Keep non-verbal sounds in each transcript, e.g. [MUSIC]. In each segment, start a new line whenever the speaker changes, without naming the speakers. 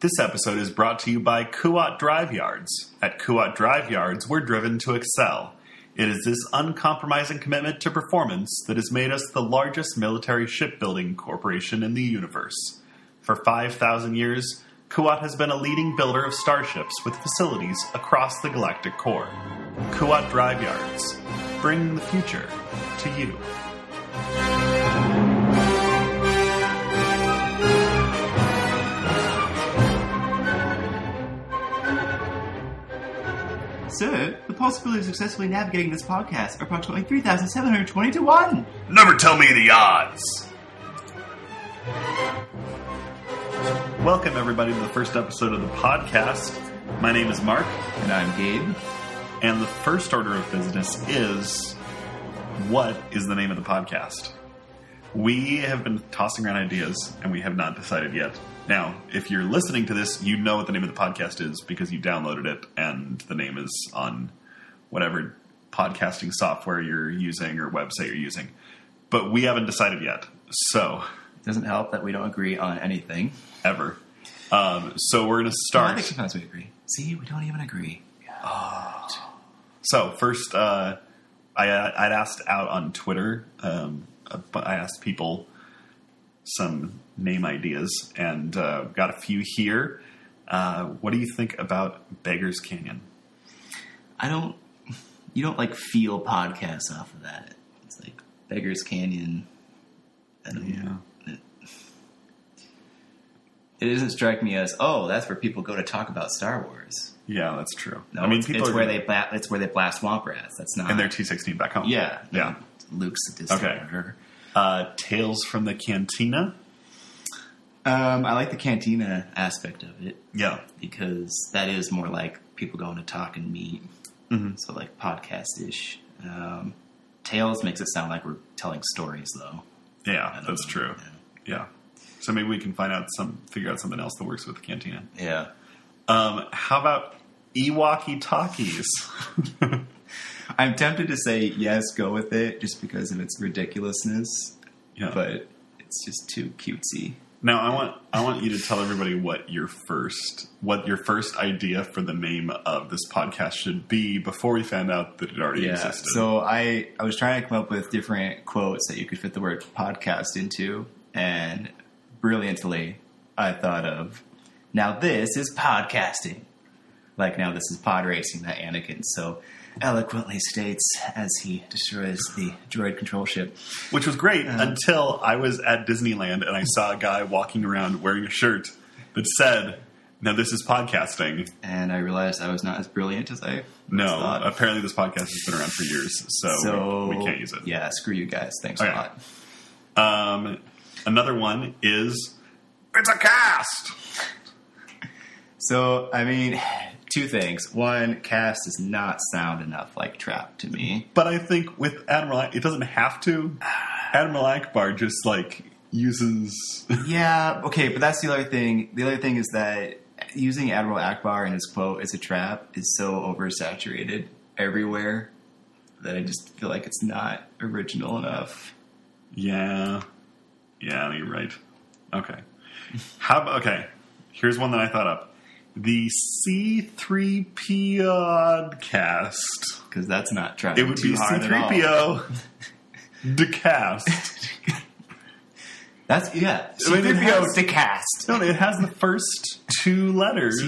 This episode is brought to you by Kuat Drive Yards. At Kuat Drive Yards, we're driven to excel. It is this uncompromising commitment to performance that has made us the largest military shipbuilding corporation in the universe. For 5,000 years, Kuat has been a leading builder of starships with facilities across the galactic core. Kuat Drive Yards, bring the future to you.
Sir, the possibility of successfully navigating this podcast are approximately 3,720 to 1.
Never tell me the odds. Welcome, everybody, to the first episode of the podcast. My name is Mark,
And I'm Gabe.
and the first order of business is what is the name of the podcast? We have been tossing around ideas and we have not decided yet. Now, if you're listening to this, you know what the name of the podcast is because you downloaded it and the name is on whatever podcasting software you're using or website you're using. But we haven't decided yet. So,
Doesn't help that we don't agree on anything.
ever. Um, so we're going to
No, I think
start.
sometimes we agree. See, we don't even agree.
So first, uh, I I'd asked out on Twitter, um, uh, but I asked people some name ideas and uh, got a few here. Uh, what do you think about Beggar's Canyon?
I don't. You don't like feel podcasts off of that. It's like Beggar's Canyon. I don't know. It doesn't strike me as oh, that's where people go to talk about Star Wars.
yeah, that's true.
No,
I mean,
it's,
people
it's
are
where they bla- it's where they blast swamp rats. That's not
and they're T sixteen back home.
yeah
yeah.
Luke's a distant
Okay.
murderer.
Uh, Tales from the Cantina.
Um, I like the cantina aspect of it
Yeah,
because that is more like people going to talk and meet.
Mhm.
So like podcast ish. Um, Tales makes it sound like we're telling stories though. I
yeah,
don't
that's
know.
true. Yeah. So maybe we can find out some, figure out something else that works with the cantina.
Yeah. yeah.
Um, how about Ewokie
[LAUGHS]
Talkies?
I'm tempted to say yes, go with it, just because of its ridiculousness,
yeah.
but it's just too cutesy.
now I want I want you to tell everybody what your first what your first idea for the name of this podcast should be before we found out that it already
Yeah.
existed.
So I I was trying to come up with different quotes that you could fit the word podcast into, and brilliantly I thought of now this is podcasting. Like now this is pod racing that Anakin so eloquently states as he destroys the droid control ship.
Which was great
uh,
until I was at Disneyland and I saw a guy walking around wearing a shirt that said, "Now this is podcasting."
And I realized I was not as brilliant as I
No,
thought.
apparently this podcast has been around for years, so,
so
we, we can't use it. Oh,
Yeah, screw you guys. Thanks
Okay.
a lot.
Um, another one is it's a cast.
So, I mean, two things. One, cast does not sound enough like trap to me.
But I think with Admiral, it doesn't have to. Admiral Akbar just like uses. [LAUGHS]
Yeah, okay, but that's the other thing. The other thing is that using Admiral Akbar and his quote as a trap is so oversaturated everywhere that I just feel like it's not original enough.
yeah, yeah, you're right. Okay, how? ab- Okay, here's one that I thought up: the C3P podcast.
Because that's not trying
It would
too
be
hard at all.
[LAUGHS] C3PO. The cast.
That's yeah.
I mean, it
C-3PO
has-
to cast.
No, it has the first two letters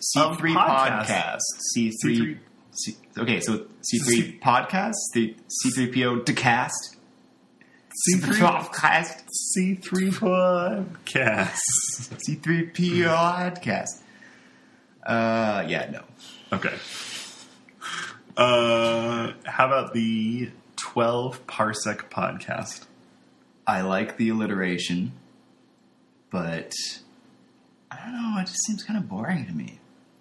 C
of
three podcast. C three.
C3
Okay, so
C-
C three podcast. The C three PO to cast. [LAUGHS]
C3
cast.
C3 podcast.
C three PO podcast. Uh, yeah, no.
Okay. Uh, how about the 12 Parsec podcast?
I like the alliteration, but I don't know. It just seems kind of boring to me.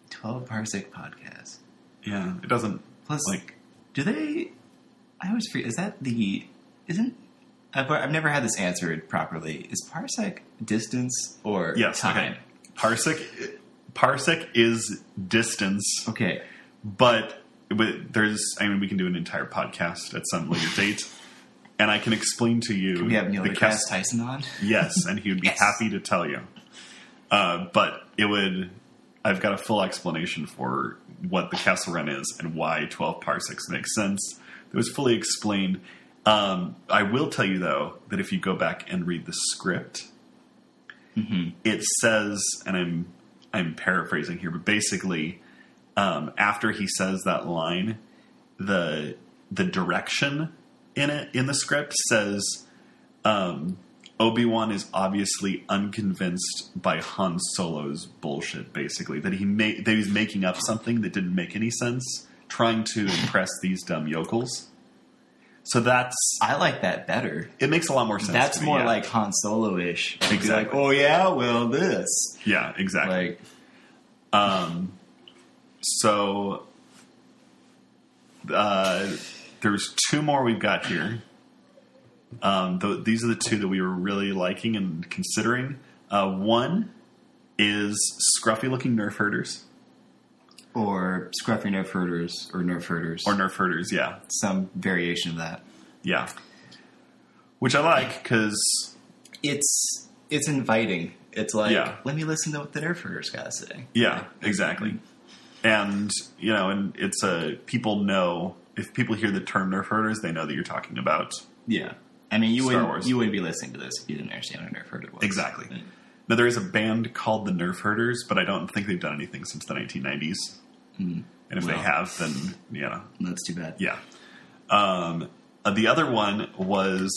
Twelve parsec podcast.
Yeah, it doesn't.
Plus,
Like-
like, do they? I always forget. Is that the? Isn't? I've, I've never had this answered properly. Is parsec distance or
Yes,
time?
okay. Parsec Parsec is distance,
Okay.
but, but there's I mean we can do an entire podcast at some later date. And I can explain to you
We have Neil
the
deGrasse
cast
Tyson on.
Yes, and he would be
Yes.
happy to tell you. Uh, but it would. I've got a full explanation for what the Castle Run is and why 12 parsecs makes sense. It was fully explained. Um, I will tell you, though, that if you go back and read the script, it says, and I'm I'm paraphrasing here, but basically, um, after he says that line, the the direction in it in the script says Obi Wan is obviously unconvinced by Han Solo's bullshit. Basically, that he ma- that he's making up something that didn't make any sense, trying to impress these dumb yokels. So that's
I like that better.
it makes a lot more sense.
That's
to me,
more
yeah.
like Han Solo ish.
Exactly.
Like, oh yeah, well this.
yeah, exactly.
Like,
So uh, there's two more we've got here. Um, th- these are the two that we were really liking and considering. Uh, one is scruffy looking nerf herders
or scruffy nerf herders or nerf herders
or nerf herders, yeah,
some variation of that.
yeah, which I like because
It's it's inviting. It's like
Yeah.
let me listen to what the nerf herders gotta say.
yeah, exactly, and you know, and it's a people know if people hear the term nerf herders, they know that you're talking about
Yeah. I mean, you
Star
wouldn't
Wars.
you wouldn't be listening to this if you didn't understand what a nerf herder was.
Exactly. Now there is a band called the Nerf Herders, but I don't think they've done anything since the 1990s. And if they
Hmm. Well.
have, then you know,
That's too bad.
yeah. Um, uh, the other one was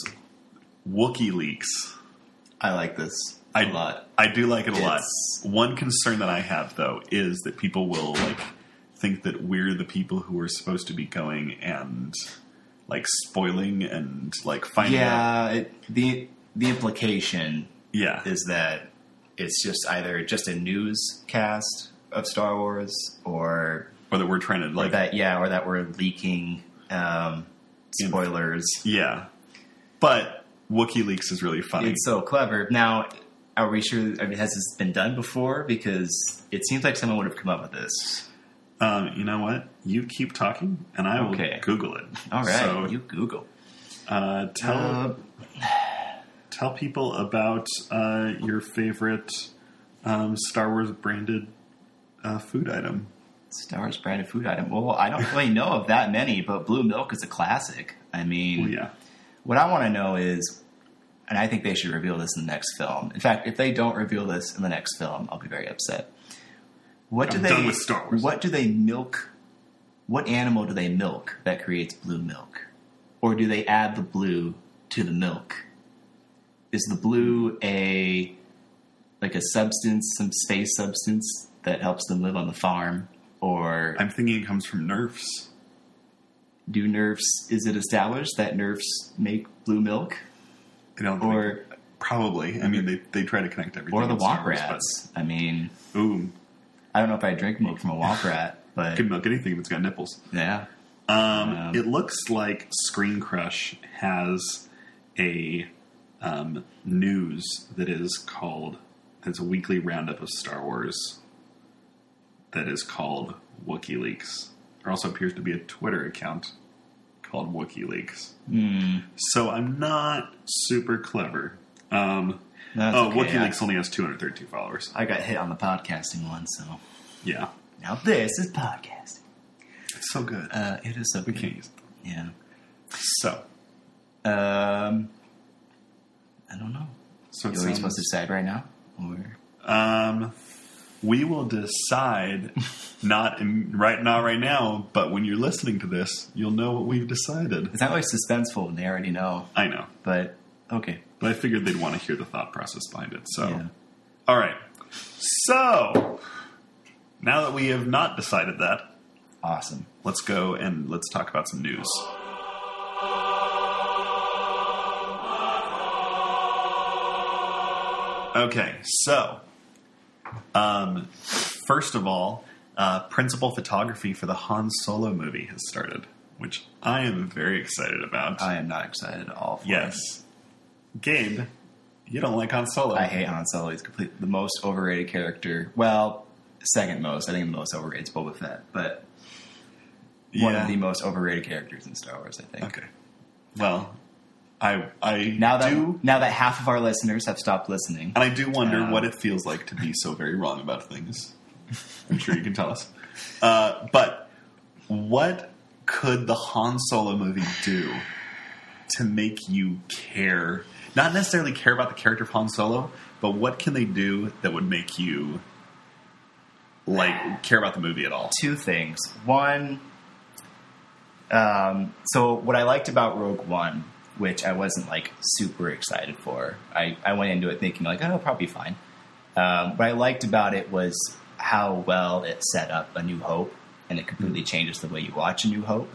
Wookiee leaks.
I like this a
I
lot.
I do like it a lot.
It's-
One concern that I have though is that people will like think that we're the people who are supposed to be going and like spoiling and like finding out.
Yeah. It, the the implication
Yeah.
is that it's just either just a newscast of Star Wars or
Or that we're trying to like
that yeah, or that we're leaking um, spoilers.
Yeah. But WikiLeaks is really funny.
It's so clever. Now, are we sure? I mean, has this been done before? Because it seems like someone would have come up with this.
Um, you know what? You keep talking, and I will
Okay.
Google it.
All right,
So,
you Google.
uh, tell
Uh,
tell people about uh, your favorite um, Star Wars branded uh, food item.
Star Wars branded food item. Well, I don't really know of that many, but blue milk is a classic. I mean,
Well, yeah,
What I want to know is, and I think they should reveal this in the next film. In fact, if they don't reveal this in the next film, I'll be very upset. What do
I'm
they?
done with Star Wars.
What do they milk? What animal do they milk that creates blue milk, or do they add the blue to the milk? Is the blue a like a substance, some space substance that helps them live on the farm, or
I'm thinking it comes from Nerfs.
do nerves? Is it established that nerves make blue milk,
I don't think-
or
probably. I mean, they they try to connect everything.
or the
in Star
womp
Wars,
rats. I mean,
But, ooh,
I don't know if I drink milk from a womp rat, but
can milk anything if it's got nipples.
yeah,
Um,
Um,
it looks like Screen Crush has a um, news that is called. It's a weekly roundup of Star Wars that is called WookieLeaks. There also appears to be a Twitter account called WookieLeaks.
Hmm.
So I'm not super clever. Um,
That's
oh,
okay.
WookieLeaks only has 232 followers.
I got hit on the podcasting one, so
Yeah,
now this is podcasting.
it's so good.
Uh, it is so
we
good.
can't use it.
Yeah.
So,
Um, I don't know.
so um, it
Are we
sounds-
supposed to decide right now, or
Um, we will decide not in, right not right now, but when you're listening to this, you'll know what we've decided.
it's not like suspenseful and they already know?
I know,
But okay,
but I figured they'd want to hear the thought process behind it. So,
Yeah.
all right. So now that we have not decided that,
awesome.
let's go and let's talk about some news. Okay, so um, first of all, uh, principal photography for the Han Solo movie has started, which I am very excited about.
I am not excited at all. For it.
yes, Gabe, you don't like Han Solo.
I hate Han Solo. He's complete the most overrated character. Well, second most. I think the most overrated is Boba Fett, but one
Yeah.
of the most overrated characters in Star Wars, I think.
Okay. Well, I I
Now that
do,
now that half of our listeners have stopped listening,
and I do wonder
Yeah.
what it feels like to be so very wrong about things. I'm sure you can tell us. Uh, but what could the Han Solo movie do to make you care? Not necessarily care about the character of Han Solo, but what can they do that would make you like care about the movie at all?
two things. One, um, so what I liked about Rogue One, which I wasn't like super excited for, I, I went into it thinking like, oh, it'll probably be fine. Um, what I liked about it was how well it set up A New Hope, and it
Mm-hmm.
completely changes the way you watch A New Hope.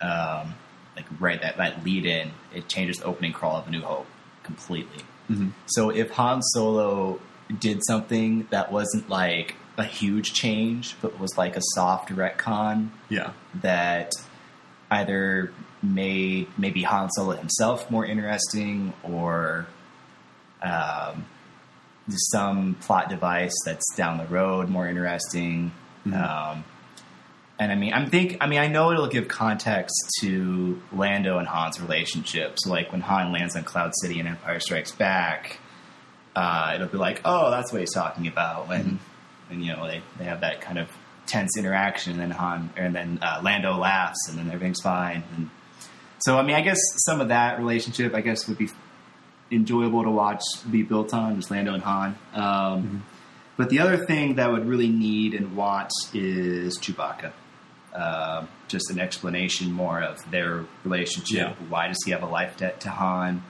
Um, like right that that lead in, it changes the opening crawl of A New Hope completely.
Mhm.
So if Han Solo did something that wasn't like a huge change, but was like a soft retcon
Yeah,
that either made maybe Han Solo himself more interesting or um, some plot device that's down the road more interesting.
Mhm.
Um, and I mean, I'm think I mean, I know it'll give context to Lando and Han's relationship. So, like when Han lands on Cloud City in Empire Strikes Back, uh, it'll be like, oh, that's what he's talking about when,
Mm-hmm.
and you know, they, they have that kind of tense interaction, and then Han and then uh, Lando laughs, and then everything's fine. And so, I mean, I guess some of that relationship, I guess, would be enjoyable to watch be built on is Lando and Han. Um,
Mm-hmm.
But the other thing that I would really need and want is Chewbacca. Um just an explanation more of their relationship.
Yeah.
Why does he have a life debt to Han?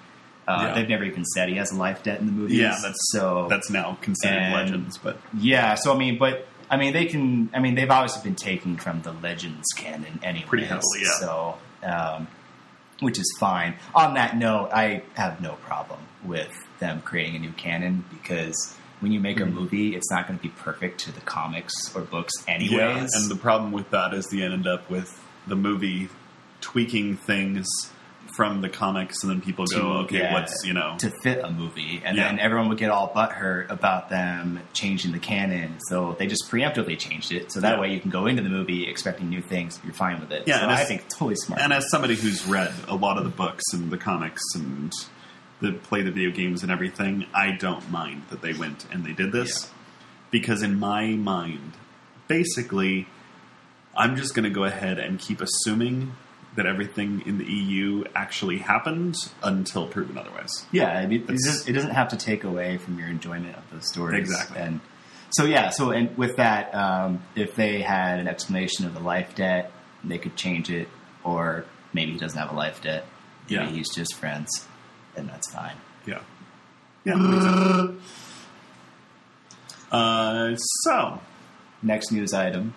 Uh,
Yeah.
They've never even said he has a life debt in the movies.
Yeah, that's-
so.
that's now considered
And-
legends, but
yeah, so I mean, but I mean, they can. I mean, they've obviously been taking from the Legends canon, anyways.
Pretty heavily, yeah.
So, um, which is fine. On that note, I have no problem with them creating a new canon because when you make a movie, it's not going to be perfect to the comics or books, anyways.
Hmm. Yeah, and the problem with that is they ended up with the movie tweaking things from the comics, and then people
To-
go, "Okay,
yeah,
what's you know?"
to fit a movie, and
Yeah.
then everyone would get all butthurt about them changing the canon. So they just preemptively changed it, so that
Yeah.
way you can go into the movie expecting new things. You're fine with it.
Yeah,
so
and
I
it's-
think totally smart.
and as somebody who's read a lot of the books and the comics and the play the video games and everything, I don't mind that they went and they did this because in my mind, basically, I'm just going to go ahead and keep assuming that everything in the EU actually happened until proven otherwise.
yeah, I mean, it,
That's-
just, it doesn't have to take away from your enjoyment of those stories.
Exactly.
And so yeah, so and with that, um, if they had an explanation of the life debt, they could change it, or maybe he doesn't have a life debt. Maybe
Yeah.
he's just friends, and that's fine.
Yeah. Yeah. uh, so,
next news item.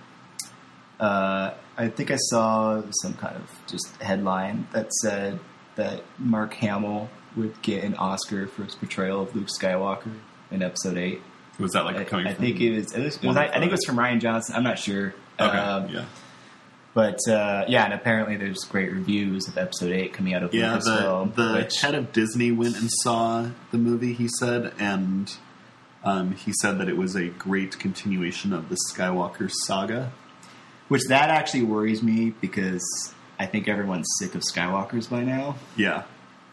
Uh, I think I saw some kind of just headline that said that Mark Hamill would get an Oscar for his portrayal of Luke Skywalker in Episode Eight.
was that like
I,
coming
I
from?
think it was. It was, it was- I, I think it was from Ryan Johnson. I'm not sure.
Okay.
Um,
yeah.
But uh, yeah, and apparently there's great reviews of Episode Eight coming out of
Yeah, the,
Lucasfilm.
the
which-
head of Disney went and saw the movie, he said, and um, he said that it was a great continuation of the Skywalker saga.
which that actually worries me because I think everyone's sick of Skywalkers by now.
Yeah.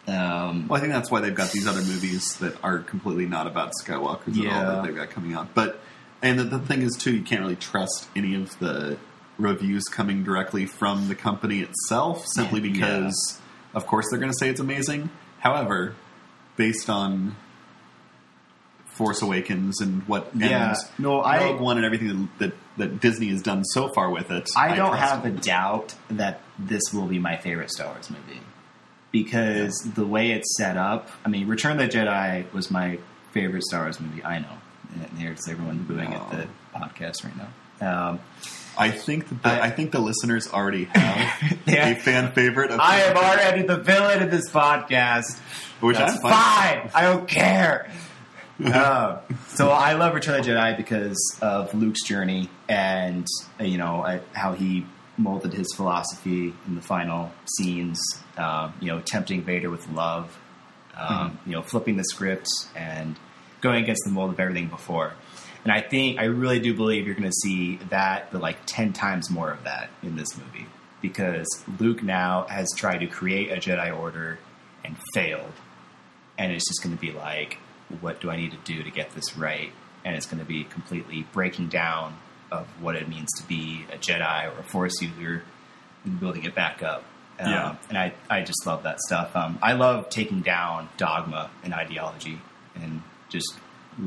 Um,
Well, I think that's why they've got these other movies that are completely not about Skywalkers at all
Yeah.
that they've got coming out. But and the, the thing is too, you can't really trust any of the reviews coming directly from the company itself, simply
Yeah.
because, of course, they're going to say it's amazing. However, based on Force Awakens and what and
Yeah. No, I-
Rogue One and everything that, that that Disney has done so far with it,
I don't
trust
have
it.
a doubt that this will be my favorite Star Wars movie because the way it's set up. I mean, Return of the Jedi was my favorite Star Wars movie. I know. And there's everyone booing at the podcast right now. Um,
I think that the,
I-
I, think the listeners already have
[LAUGHS] Yeah.
a fan favorite. Of
I am already the villain of this podcast.
Which
That's
I'm
fine. I don't
[LAUGHS]
care. Uh, so I love Return of the Jedi because of Luke's journey and uh, you know uh, how he molded his philosophy in the final scenes. Um, you know, tempting Vader with love. Um,
Mm-hmm.
You know, flipping the script and going against the mold of everything before. And I think I really do believe you're going to see that, but like ten times more of that in this movie because Luke now has tried to create a Jedi Order and failed. And it's just going to be like, what do I need to do to get this right? And it's going to be completely breaking down of what it means to be a Jedi or a Force user and building it back up. Um,
Yeah.
And I, I just love that stuff. Um, I love taking down dogma and ideology and just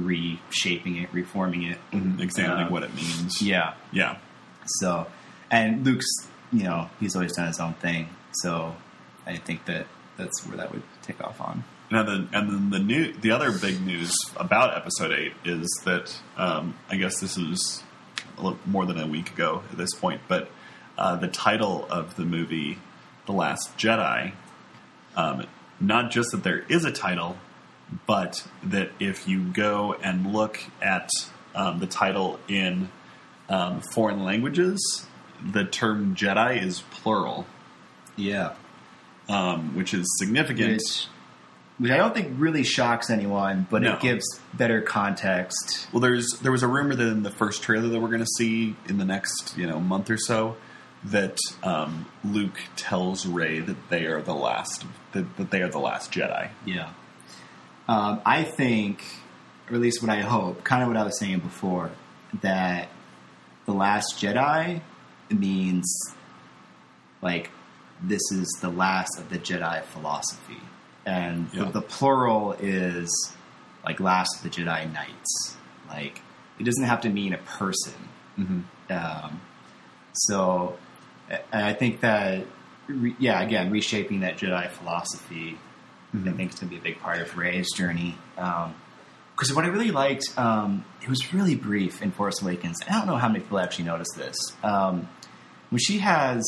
reshaping it, reforming it.
Mm-hmm. examining
Uh,
what it means.
Yeah.
Yeah.
So, and Luke's, you know, he's always done his own thing. So, I think that that's where that would take off on.
Now then, and then the new the other big news about episode eight is that um, I guess this is a little more than a week ago at this point, but uh, the title of the movie, The Last Jedi, um, not just that there is a title, but that if you go and look at um, the title in um, foreign languages, the term Jedi is plural,
Yeah,
um, which is significant.
which, which I don't think really shocks anyone, but
No.
it gives better context.
Well, there's there was a rumor that in the first trailer that we're going to see in the next you know month or so that um, Luke tells Ray that they are the last that, that they are the last Jedi.
Yeah, um, I think, or at least what I hope, kind of what I was saying before, that the Last Jedi means like this is the last of the Jedi philosophy, and
Yeah.
the, the plural is like last of the Jedi Knights. Like it doesn't have to mean a person.
Mm-hmm.
Um, so a- and I think that, re- yeah, again, reshaping that Jedi philosophy, I think it's going to be a big part of Rey's journey. Because what I really liked, um, it was really brief in Force Awakens. I don't know how many people actually noticed this. Um, when she has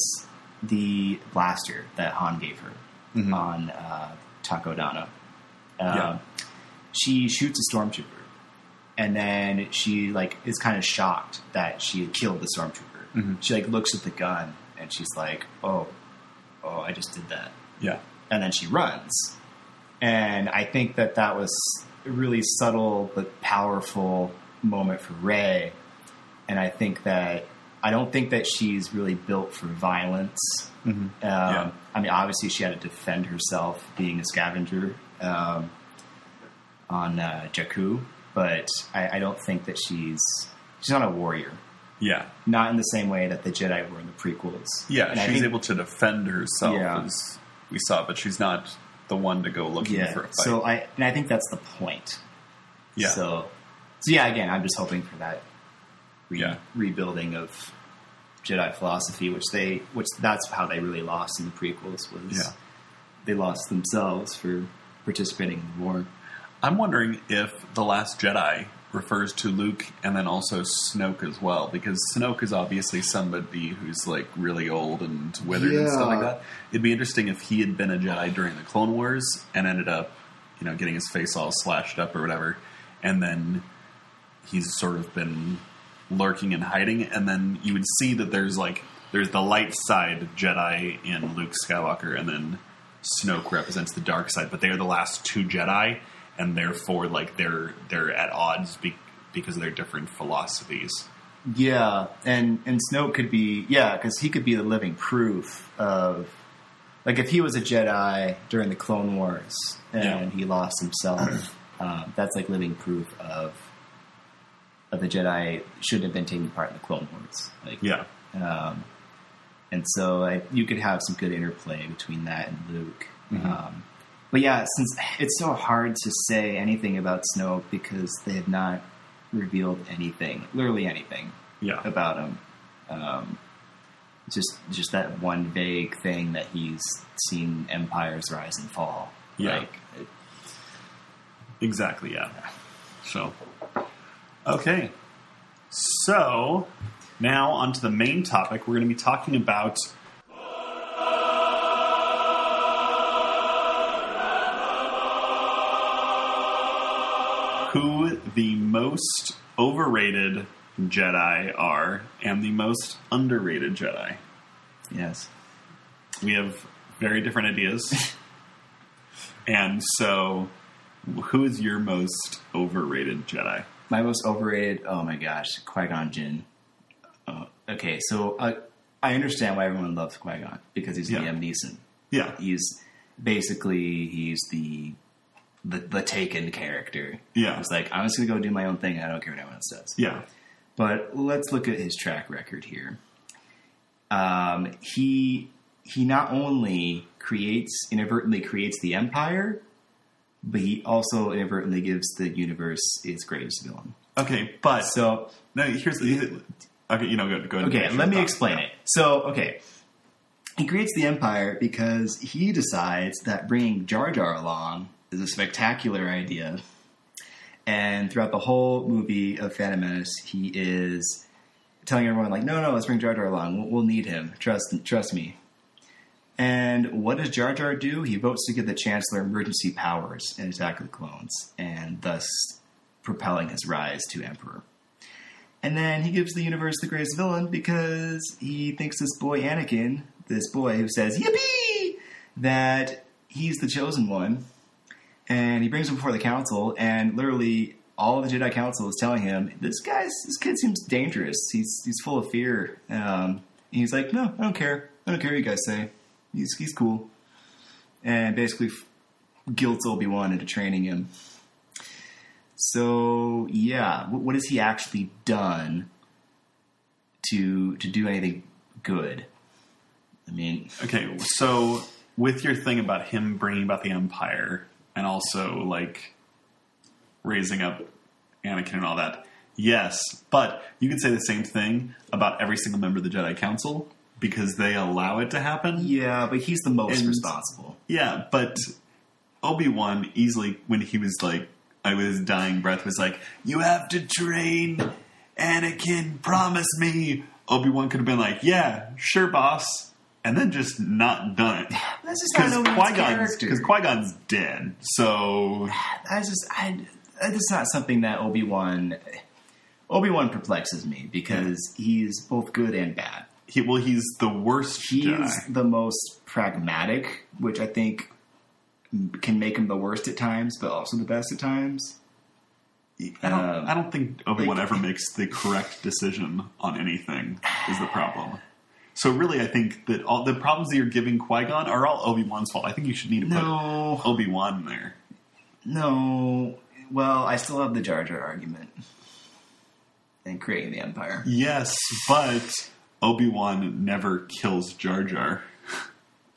the blaster that Han gave her
Mhm.
on uh, Takodana, um,
Yeah.
she shoots a stormtrooper, and then she like is kind of shocked that she had killed the stormtrooper.
Mhm.
She like looks at the gun and she's like, "Oh, oh, I just did that,"
Yeah,
and then she runs. And I think that that was a really subtle but powerful moment for Ray. And I think that I don't think that she's really built for violence.
mm-hmm.
Um,
Yeah.
I mean, obviously, she had to defend herself being a scavenger um, on uh, Jakku, but I, I don't think that she's she's not a warrior.
yeah,
Not in the same way that the Jedi were in the prequels.
yeah.
And I
she's
think-
able to defend herself
Yeah.
as we saw, but she's not the one to go looking
Yeah.
for a fight.
So I and I think that's the point.
yeah,
So, so yeah. Again, I'm just hoping for that re-
Yeah.
rebuilding of Jedi philosophy, which they, which that's how they really lost in the prequels was
Yeah.
they lost themselves for participating in the war.
I'm wondering if the Last Jedi refers to Luke and then also Snoke as well, because Snoke is obviously somebody who's like really old and withered and stuff like
Yeah.
that. It'd be interesting if he had been a Jedi during the Clone Wars and ended up, you know, getting his face all slashed up or whatever, and then he's sort of been lurking and hiding, and then you would see that there's like there's the light side Jedi in Luke Skywalker, and then Snoke represents the dark side, but they are the last two Jedi, and therefore like they're they're at odds be- because of their different philosophies.
Yeah, and and Snoke could be yeah, because he could be the living proof of like if he was a Jedi during the Clone Wars and
Yeah.
he
[CLEARS THROAT]
lost himself, um, that's like living proof of of the Jedi shouldn't have been taking part in the Clone Wars. Like
Yeah,
um, and so I, you could have some good interplay between that and Luke.
Mhm.
Um, but yeah, since it's so hard to say anything about Snoke because they have not revealed anything, literally anything
yeah,
about him. Um, just just that one vague thing that he's seen empires rise and fall.
Yeah.
Like, it-
exactly. Yeah. So, okay, so now onto the main topic. We're going to be talking about who the most overrated Jedi are and the most underrated Jedi.
yes.
We have very different
[LAUGHS]
ideas. and so, who is your most overrated Jedi?
My most overrated. Oh my gosh, Qui Gon Jinn. Oh, okay, so I I understand why everyone loves Qui Gon because he's
Yeah.
Liam Neeson.
Yeah.
He's basically he's the the, the taken character.
Yeah.
It's like I'm just gonna go do my own thing. and I don't care what anyone else says.
Yeah.
But let's look at his track record here. Um, he he not only creates inadvertently creates the empire, but he also inadvertently gives the universe its greatest villain.
Okay, but
So
no, here's the. Okay, you know, go, go ahead. and
Okay,
finish
let
your
me
thought.
explain it. So, okay. He creates the Empire because he decides that bringing Jar Jar along is a spectacular idea. And throughout the whole movie of Phantom Menace, he is telling everyone, like, no, no, let's bring Jar Jar along. We'll, we'll need him. Trust, trust me. And what does Jar Jar do? He votes to give the Chancellor emergency powers and attack the clones, and thus propelling his rise to Emperor. And then he gives the universe the greatest villain because he thinks this boy Anakin, this boy who says "Yippee," that he's the chosen one, and he brings him before the council, and literally all of the Jedi Council is telling him, "This guy's this kid seems dangerous. He's he's full of fear." Um, and he's like, "No, I don't care. I don't care what you guys say. He's he's cool," and basically f- guilts Obi Wan into training him. So yeah, what, what has he actually done to to do anything good? I mean,
Okay, so with your thing about him bringing about the Empire and also like raising up Anakin and all that, yes, but you could say the same thing about every single member of the Jedi Council because they allow it to happen.
yeah, but he's the most
And-
responsible.
Yeah, but Obi Wan easily, when he was like, I was dying breath, was like, "You have to train Anakin. Promise me." Obi Wan could have been like, "Yeah, sure, boss," and then just not done it
[LAUGHS] That's just
because
not
Qui
Qui
Gon's
character.
because Qui Gon's dead. So
That's just I. That's not something that Obi Wan. Obi Wan perplexes me because he's both good and bad.
he well, he's the worst
He's
Jedi.
the most pragmatic, which I think can make him the worst at times, but also the best at times.
I don't,
um,
I don't think Obi Wan
like-
ever makes the correct decision on anything. Is the problem? So really, I think that all the problems that you're giving Qui Gon are all Obi Wan's fault. I think you should need to put
No,
Obi Wan there.
No. Well, I still have the Jar Jar argument. And creating the Empire.
Yes, but Obi Wan never kills Jar Jar,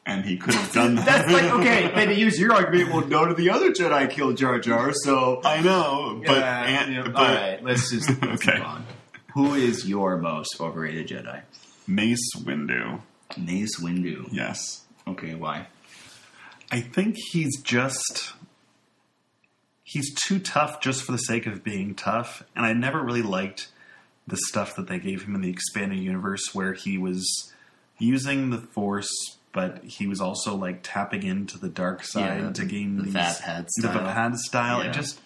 and he could have done that.
That's like, okay, then to use your argument, well, no, to the other Jedi killed Jar Jar, so.
[LAUGHS] I know, but
Yeah,
and,
yeah,
but
all right, let's [LAUGHS] just let's
Okay.
move on. Who is your most overrated Jedi?
Mace Windu,
Mace Windu.
yes,
Okay, why?
I think he's just he's too tough just for the sake of being tough, and I never really liked the stuff that they gave him in the expanded universe where he was using the force but he was also like tapping into the dark side
Yeah,
to gain
the
these,
Vapad
the
style.
Vapad style.
Yeah.
It just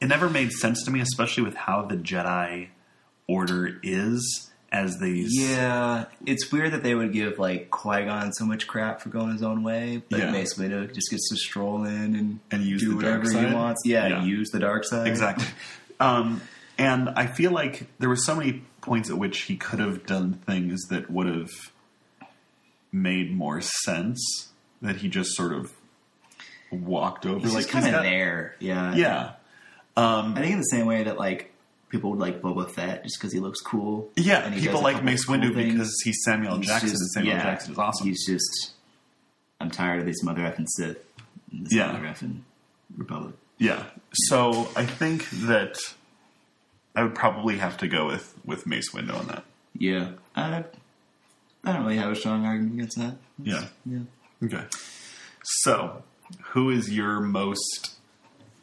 it never made sense to me, especially with how the Jedi order is as these
Yeah, it's weird that they would give like Qui Gon so much crap for going his own way, but
Yeah.
Mace Windu just gets to stroll in and,
And use
do
the dark
whatever
side?
he wants. Yeah,
Yeah.
use the dark side.
Exactly. Um, and I feel like there were so many points at which he could have done things that would have made more sense that he just sort of walked over.
He's
like
like kind
he's
of
got-
there. Yeah,
Yeah.
I think in the same way that like people would like Boba Fett just because he looks cool.
Yeah,
and he
people
does a
like
couple
Mace
cool
Windu
things.
because he's Samuel L.
He's
Jackson,
just-
and Samuel L.
yeah,
Jackson is awesome.
He's just I'm tired of these mother effing Sith. and This
Yeah.
mother effing Republic.
Yeah. So I think that I would probably have to go with with Mace Windu on that.
Yeah, I I don't really have a strong argument against that.
Yeah.
Yeah.
Okay. So, who is your most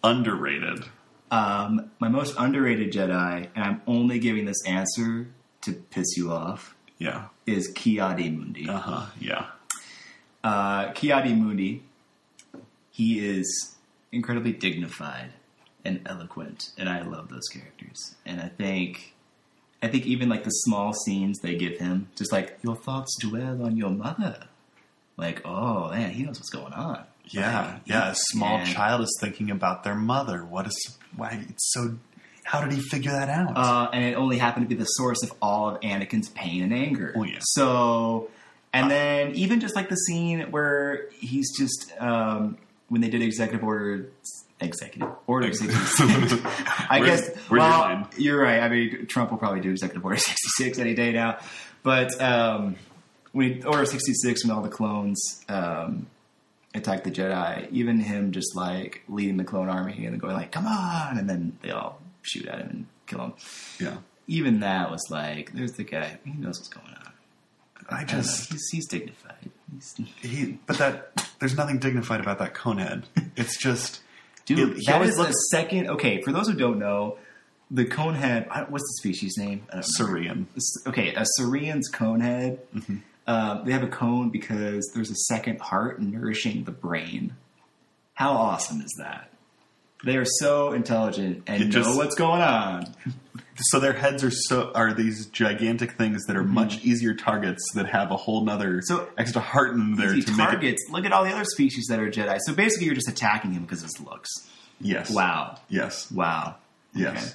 underrated?
Um, my most underrated Jedi, and I'm only giving this answer to piss you off,
Yeah.
is Kiadi Mundi.
Uh huh. Yeah.
uh, Kiadi Mundi. He is incredibly dignified and eloquent, and I love those characters. And I think, I think even like the small scenes they give him, just like your thoughts dwell on your mother. Like, oh man, he knows what's going on.
Yeah.
Like,
Yeah. A small
yeah.
child is thinking about their mother. What is why it's so? How did he figure that out? [LAUGHS]
Uh, and it only happened to be the source of all of Anakin's pain and anger.
Oh, yeah.
So And then even just like the scene where he's just um, when they did executive order, executive order sixty six. I
Where's-
guess.
where's your
well,
line?
you're right. I mean, Trump will probably do executive order [LAUGHS] sixty six any day now. But um, when order sixty six, when all the clones um, attack the Jedi, even him just like leading the clone army and going like, "Come on!" and then they all shoot at him and kill him.
Yeah.
Even that was like, "There's the guy. He knows what's going on."
I
I don't know.
just
He's, he's dignified. He's,
he, but that there's nothing dignified about that cone head. It's just
dude,
He- he
that
always
is the
looks-
second. Okay, for those who don't know, the conehead. I- What's the species name? I don't know.
Syrian.
S- okay, a Syrian's conehead.
Mm-hmm.
Uh, they have a cone because there's a second heart nourishing the brain. How awesome is that? They are so intelligent and
It
know
just-
what's going on.
So their heads are so are these gigantic things that are much easier targets that have a whole nother
So-
extra heart in there
Easy
to make it.
targets. Look at all the other species that are Jedi. So basically, you're just attacking him because of his looks.
Yes.
Wow.
Yes.
Wow.
Yes.
Okay.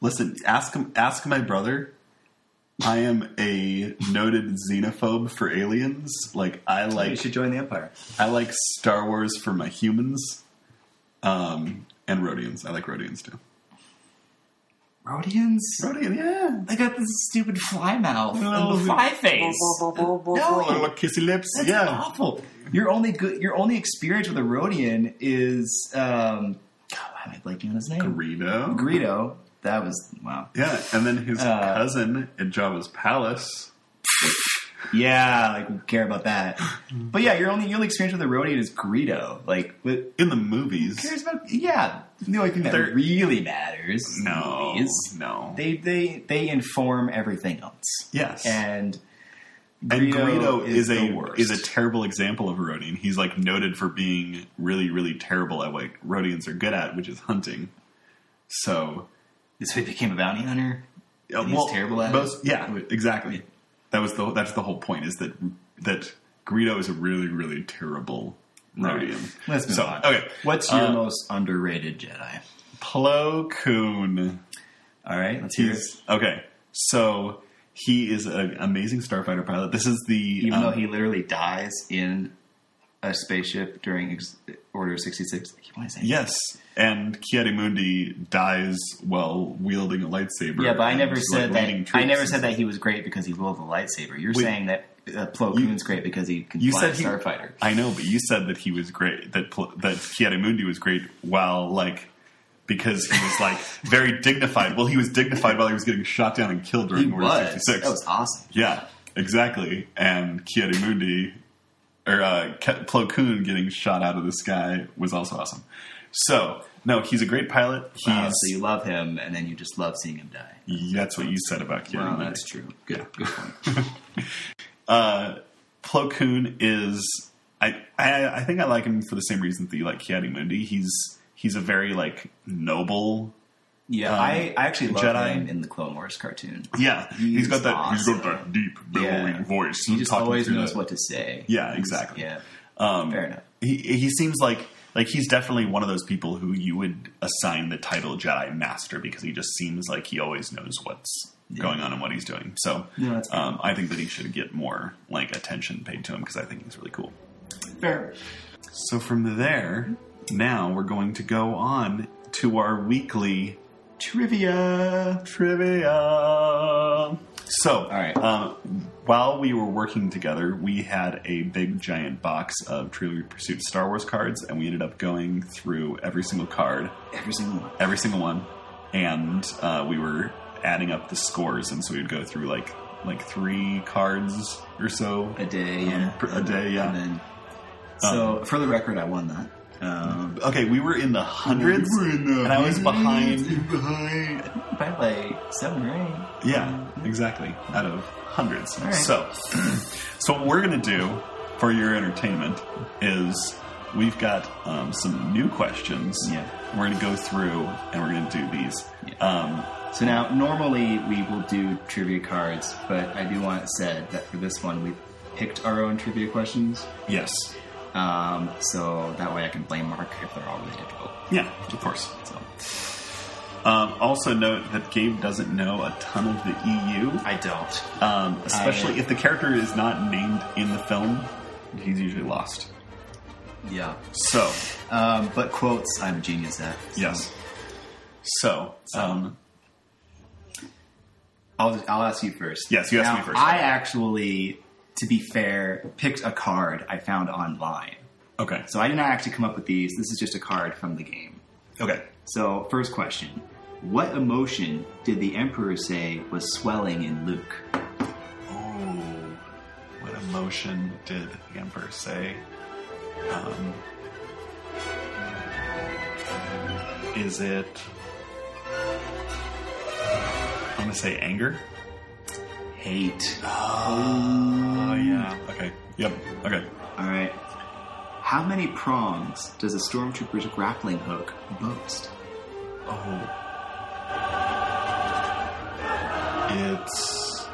Listen, ask him. Ask my brother. I am a noted xenophobe for aliens. Like I
Oh, you
like
should join the Empire.
I like Star Wars for my humans, um, and Rhodians. I like Rhodians too.
Rhodians?
Rhodian, yeah.
They got this stupid fly mouth
No.
and the fly face.
Oh, I like kissy lips.
That's
yeah.
awful. Your only good, your only experience with a Rhodian is um, God, why am I blanking on his name?
Greedo.
Greedo. That was wow.
yeah, and then his
Uh,
cousin at Jabba's palace.
Yeah, like we care
[LAUGHS]
about that. But yeah, your only your only experience with a Rhodian is Greedo. Like, what who
In the movies,
cares about? Yeah, the only thing that
They're-
really matters.
no,
is
no,
they they they inform everything else.
yes,
And
and Greedo is,
the
a
worst.
is a terrible example of a Rhodian. He's like noted for being really, really terrible at what Rhodians are good at, which is hunting. So,
so he became a bounty hunter.
uh,
And he's terrible at it?
most, Yeah, exactly. That was the that's the whole point is that that Greedo is a really, really terrible
Right.
Rhodian.
Let's move
so,
on.
Okay,
What's your
Uh,
most underrated Jedi?
Plo Koon.
All right, let's hear it.
He's okay. So he is an amazing starfighter pilot. This is the
Even though
um,
he literally dies in a spaceship during ex- Order 66. I keep wanting to say-
yes, and Kiadimundi dies while wielding a lightsaber.
Yeah, but I
and,
never
like,
said
leading
that. I
troops
never
and
said
stuff.
that he was great because he wielded a lightsaber. You're
Wait.
saying that uh, Plo
You-
Koon's great because he can
You
fly
said
a
he-
starfighter.
I know, but you said that he was great. That Pl- that Kiadimundi was great while like. Because he was like [LAUGHS] very dignified. Well, he was dignified while he was getting shot down and killed during
He
Order
was. Oh.
66.
That was awesome.
Yeah, exactly. And Kiarimundi, or uh, Ke- Plo Koon getting shot out of the sky was also awesome. So, no, he's a great pilot. He's
Wow, so you love him, and then you just love seeing him die.
that's what you said about Kiarimundi.
Wow, that's true. Good, good point.
uh, Plo Koon is I, I I think I like him for the same reasons that you like Kiarimundi. He's he's a very like noble.
Yeah, I, I actually love
Um, Jedi.
him in the Clone Wars cartoon.
Yeah, he's
He's
got that he's got
awesome.
that deep bellowing
Yeah.
voice.
He just
talking
always
through
knows
that.
what to say.
Yeah,
He's-
exactly.
Yeah,
Um,
fair enough.
he he seems like like he's definitely one of those people who you would assign the title Jedi Master because he just seems like he always knows what's going on and what he's doing. So
No, that's fair.
um, I think that he should get more like attention paid to him because I think he's really cool.
Fair.
So from there, now we're going to go on to our weekly
Trivia.
trivia. So,
right.
um, while we were working together, we had a big giant box of Trivial Pursuit Star Wars cards, and we ended up going through every single card,
Every single one.
every single one, and uh, we were adding up the scores. And so we would go through like like three cards or so.
A day, yeah.
per- a day, Um, yeah.
And then, so, for the record, I won that. Um,
Okay, we were in the hundreds, and I was behind.
behind. By like seven or eight.
Yeah, exactly. Out of hundreds.
All right.
So, [CLEARS THROAT] so what we're gonna do for your entertainment is we've got um, some new questions.
Yeah.
We're gonna go through and we're gonna do these.
Yeah.
Um,
So now, normally we will do trivia cards, but I do want it said that for this one, we picked our own trivia questions.
yes.
Um, so that way I can blame Mark if they're all really difficult.
Yeah. Of course.
So,
Um, also note that Gabe doesn't know a ton of the EU,
I don't.
um, especially if the character is not named in the film. He's usually lost.
Yeah.
So
Um, but quotes, I'm a genius at. so
yes. So um,
I'll, I'll ask you first.
Yes, you ask
Now,
me first.
I actually, to be fair, picked a card I found online.
okay.
So I did not actually come up with these. This is just a card from the game.
Okay.
So, first question What emotion did the Emperor say was swelling in Luke?
Oh, what emotion did the Emperor say? Um, is it? I'm gonna say anger.
Hate.
Oh yeah. Okay. Yep. Okay.
All right. How many prongs does a stormtrooper's grappling hook boast?
Oh. It's.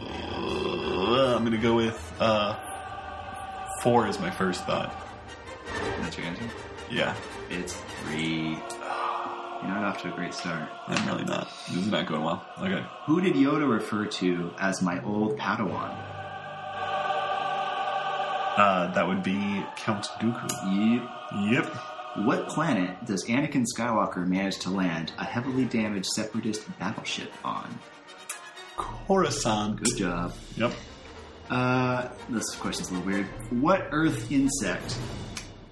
Uh, I'm gonna go with uh, four is my first thought.
That's your answer?
Yeah,
It's three. You're not off to a great start.
I'm really not. This is not going well. Okay.
Who did Yoda refer to as my old Padawan?
Uh, that would be Count Dooku.
Yep.
Yep.
What planet does Anakin Skywalker manage to land a heavily damaged Separatist battleship on?
Coruscant.
Good job.
Yep.
Uh, this question's a little weird. What Earth insect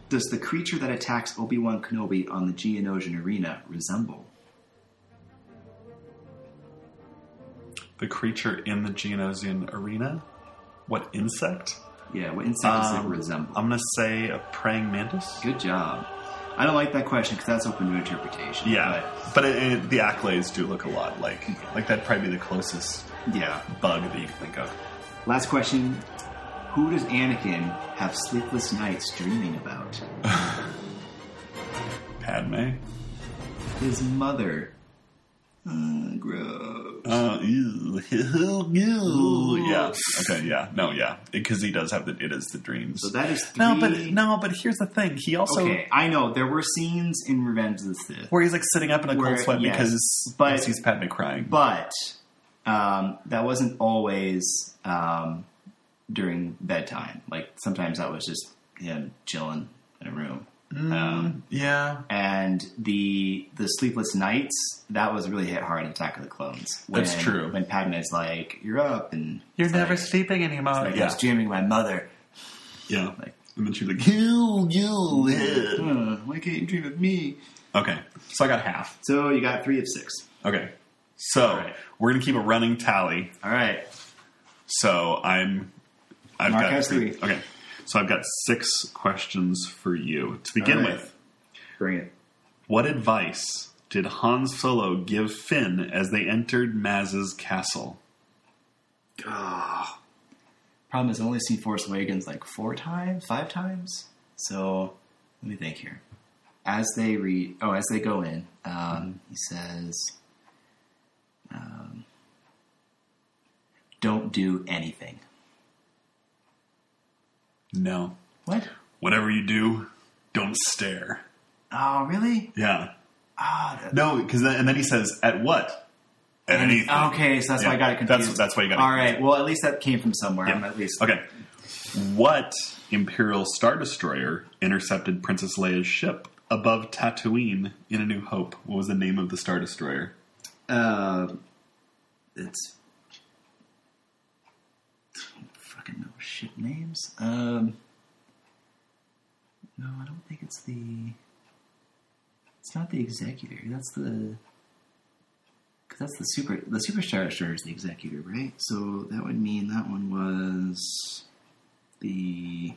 does the creature that attacks Obi Wan Kenobi on the Geonosian arena resemble?
The creature in the Geonosian arena. What insect?
Yeah, what insect does it
Um,
resemble?
I'm gonna say a praying mantis.
Good job. I don't like that question because that's open to interpretation.
Yeah, but it, it, the accolades do look a lot like like that'd probably be the closest
but- yeah.
bug that you can think of.
Last question. Who does Anakin have sleepless nights dreaming about?
Padme.
His mother. Uh, gross.
Uh, ew, [LAUGHS] ew, ew. yeah. Okay. Yeah. No. Yeah. Because he does have the it is the dreams.
So that is three.
no, but no, but here's the thing. He also
okay, I know there were scenes in Revenge of the Sith,
where he's like sitting up in a
Where-
cold sweat
yes,
because
but-
he sees Padme crying.
but um, that wasn't always um, during bedtime. Like sometimes that was just him chilling in a room.
Mm.
Um,
yeah.
and the the sleepless nights that was really hit hard in Attack of the Clones. When,
That's true.
When Padme's like, "You're up," and
You're
it's
never
like,
sleeping anymore.
like, I
yeah.
was dreaming my mother.
Yeah.
Like-
and then she's like, ew, ew,
[LAUGHS]
ew.
"Huh, why can't you dream of me?
Okay. So I got half.
So you got three of six.
Okay. So
right.
we're gonna keep a running tally
All right.
So I'm. I've
Mark
got
has three.
Okay. So I've got six questions for you. To begin
All right.
with,
Bring it.
what advice did Han Solo give Finn as they entered Maz's castle?
Ah. Problem is, I've only seen Force Awakens like four times, five times. So let me think here. As they read, oh, as they go in, um, he says, um, "Don't do anything."
No.
What?
Whatever you do, don't stare.
Oh, really?
Yeah.
Ah, that-
No, because then, and then he says, "At what? At anything."
Okay, so that's why I
Yeah,
got it
that's-
confused.
that's why you got it
All right. Well, at least that came from somewhere. I'm at least
Okay. What Imperial Star Destroyer intercepted Princess Leia's ship above Tatooine in A New Hope? What was the name of the Star Destroyer?
Uh, it's fucking no shit names. Um, no, I don't think it's the. It's not the executor. That's the. Cause that's the super. The super star destroyer is the executor, right? So that would mean that one was the.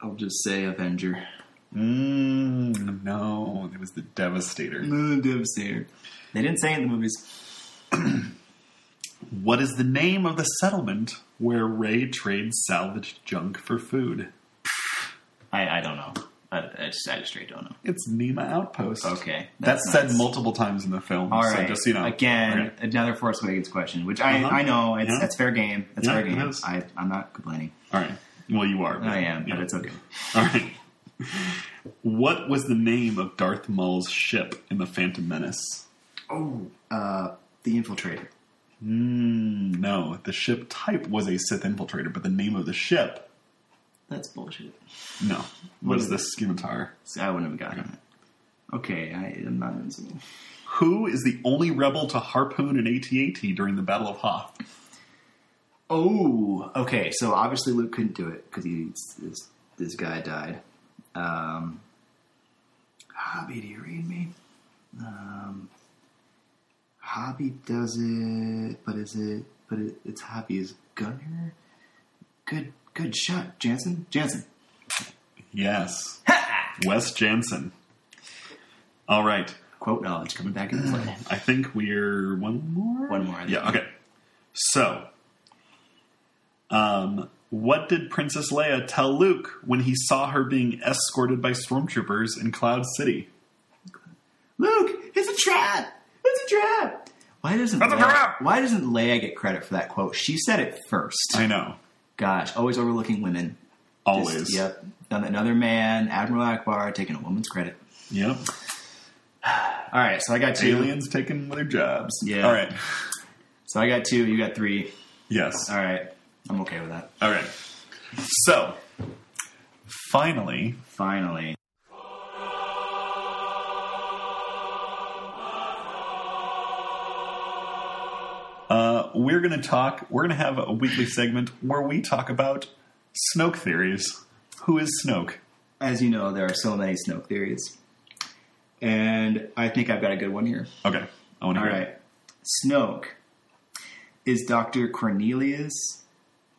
I'll just say Avenger. [LAUGHS]
Mm, no, it was the Devastator.
No, Devastator. They didn't say it in the movies.
What is the name of the settlement where Ray trades salvaged junk for food?
I, I don't know. I, I just I just straight don't know.
It's Nema Outpost.
Okay,
That's,
that's
said
nice.
multiple times in the film.
All
so
right.
just so you know.
Again,
Okay.
another Force Awakens question, which I,
Uh-huh.
I know it's
Yeah.
that's fair game. That's
Yeah,
fair
it
game.
is.
I I'm not complaining.
All right. Well, you are.
I am, but
yeah.
it's okay.
All right. What was the name of Darth Maul's ship in The Phantom Menace?
Oh, uh, the infiltrator.
Mm, no, the ship type was a Sith infiltrator, but the name of the ship,
That's bullshit.
no,
What
was
is
the Scimitar.
See, I wouldn't have gotten it. Okay, I am not invincible.
Who is the only rebel to harpoon an AT-AT during the Battle of Hoth?
Oh, okay. So obviously Luke couldn't do it because he this this guy died. Um, Hobby, do you read me? Um, Hobby does it, but is it? But it, it's Hobby's gunner. Good, good shot, Jansen. Jansen.
Yes, Wes Jansen. All right,
Quote knowledge coming back in play.
I think we're one more.
One more, I think.
Yeah. Okay. So, um, what did Princess Leia tell Luke when he saw her being escorted by stormtroopers in Cloud City?
Luke, it's a trap. It's a trap. Why doesn't
That's a
Leia-
trap!
Why doesn't Leia get credit for that quote? She said it first.
I know.
Gosh, always overlooking women. Just-
Always.
yep. Done another man, Admiral Akbar, taking a woman's credit.
Yep.
All right, so I got two.
Aliens taking their jobs.
Yeah.
All right.
So I got two. You got three.
Yes.
All right, I'm okay with that.
All right. So, finally,
Finally.
uh, we're going to talk. We're going to have a weekly segment where we talk about Snoke theories. Who is Snoke?
As you know, there are so many Snoke theories, and I think I've got a good one here.
Okay. I want to
All
hear. it.
right, Snoke is Doctor Cornelius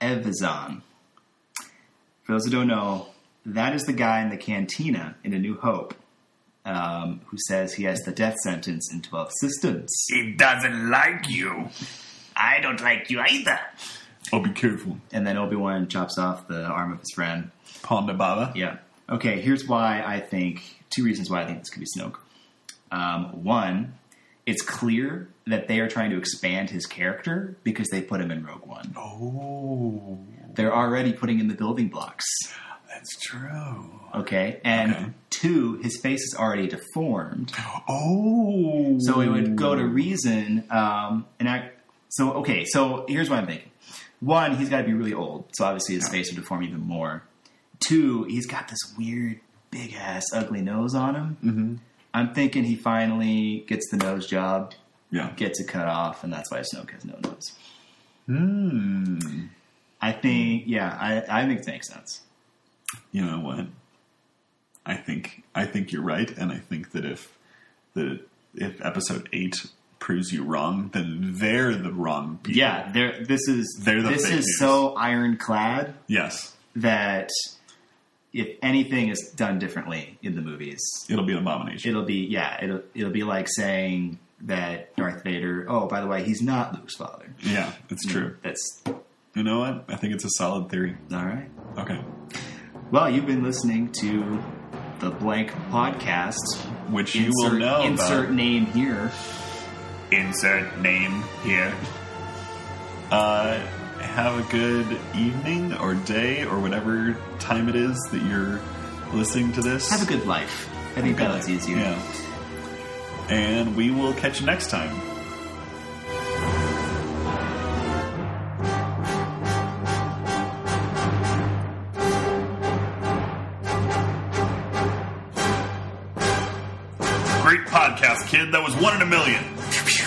Evazan. For those who don't know, that is the guy in the cantina in A New Hope. Um, who says he has the death sentence in 12 systems?
He doesn't like you.
I don't like you either.
Oh, be careful,
And then Obi Wan chops off the arm of his friend.
Ponda Baba.
Yeah. Okay, here's why I think two reasons why I think this could be Snoke. Um, one, it's clear that they are trying to expand his character because they put him in Rogue One.
Oh,
They're already putting in the building blocks.
that's true.
Okay. And
Okay.
two, his face is already deformed.
Oh,
So it would go to reason. Um, and I, so okay, so here's what I'm thinking. One, he's got to be really old, so obviously his face would deform even more. Two, he's got this weird big ass ugly nose on him.
Mm-hmm.
I'm thinking he finally gets the nose job,
Yeah.
gets it cut off, and that's why Snoke has no nose.
Hmm.
I think, yeah, I, I think it makes sense.
You know what? I think I think you're right, and I think that if that if episode eight proves you wrong, then they're the wrong people.
Yeah, there. This is
They're the
this
fake
is
news.
so ironclad
Yes,
that if anything is done differently in the movies,
it'll be an abomination.
it'll be yeah it'll it'll be like saying that Darth Vader oh by the way he's not Luke's father
yeah, it's true.
that's
You know what? I think it's a solid theory.
all right
Okay.
well you've been listening to the blank podcast
Which you
insert,
will know. about-
insert name here
insert name here. Uh, have a good evening or day or whatever time it is that you're listening to this.
have a good life I think that was easier
Yeah. And we will catch you next time. Great podcast, kid. That was one in a million.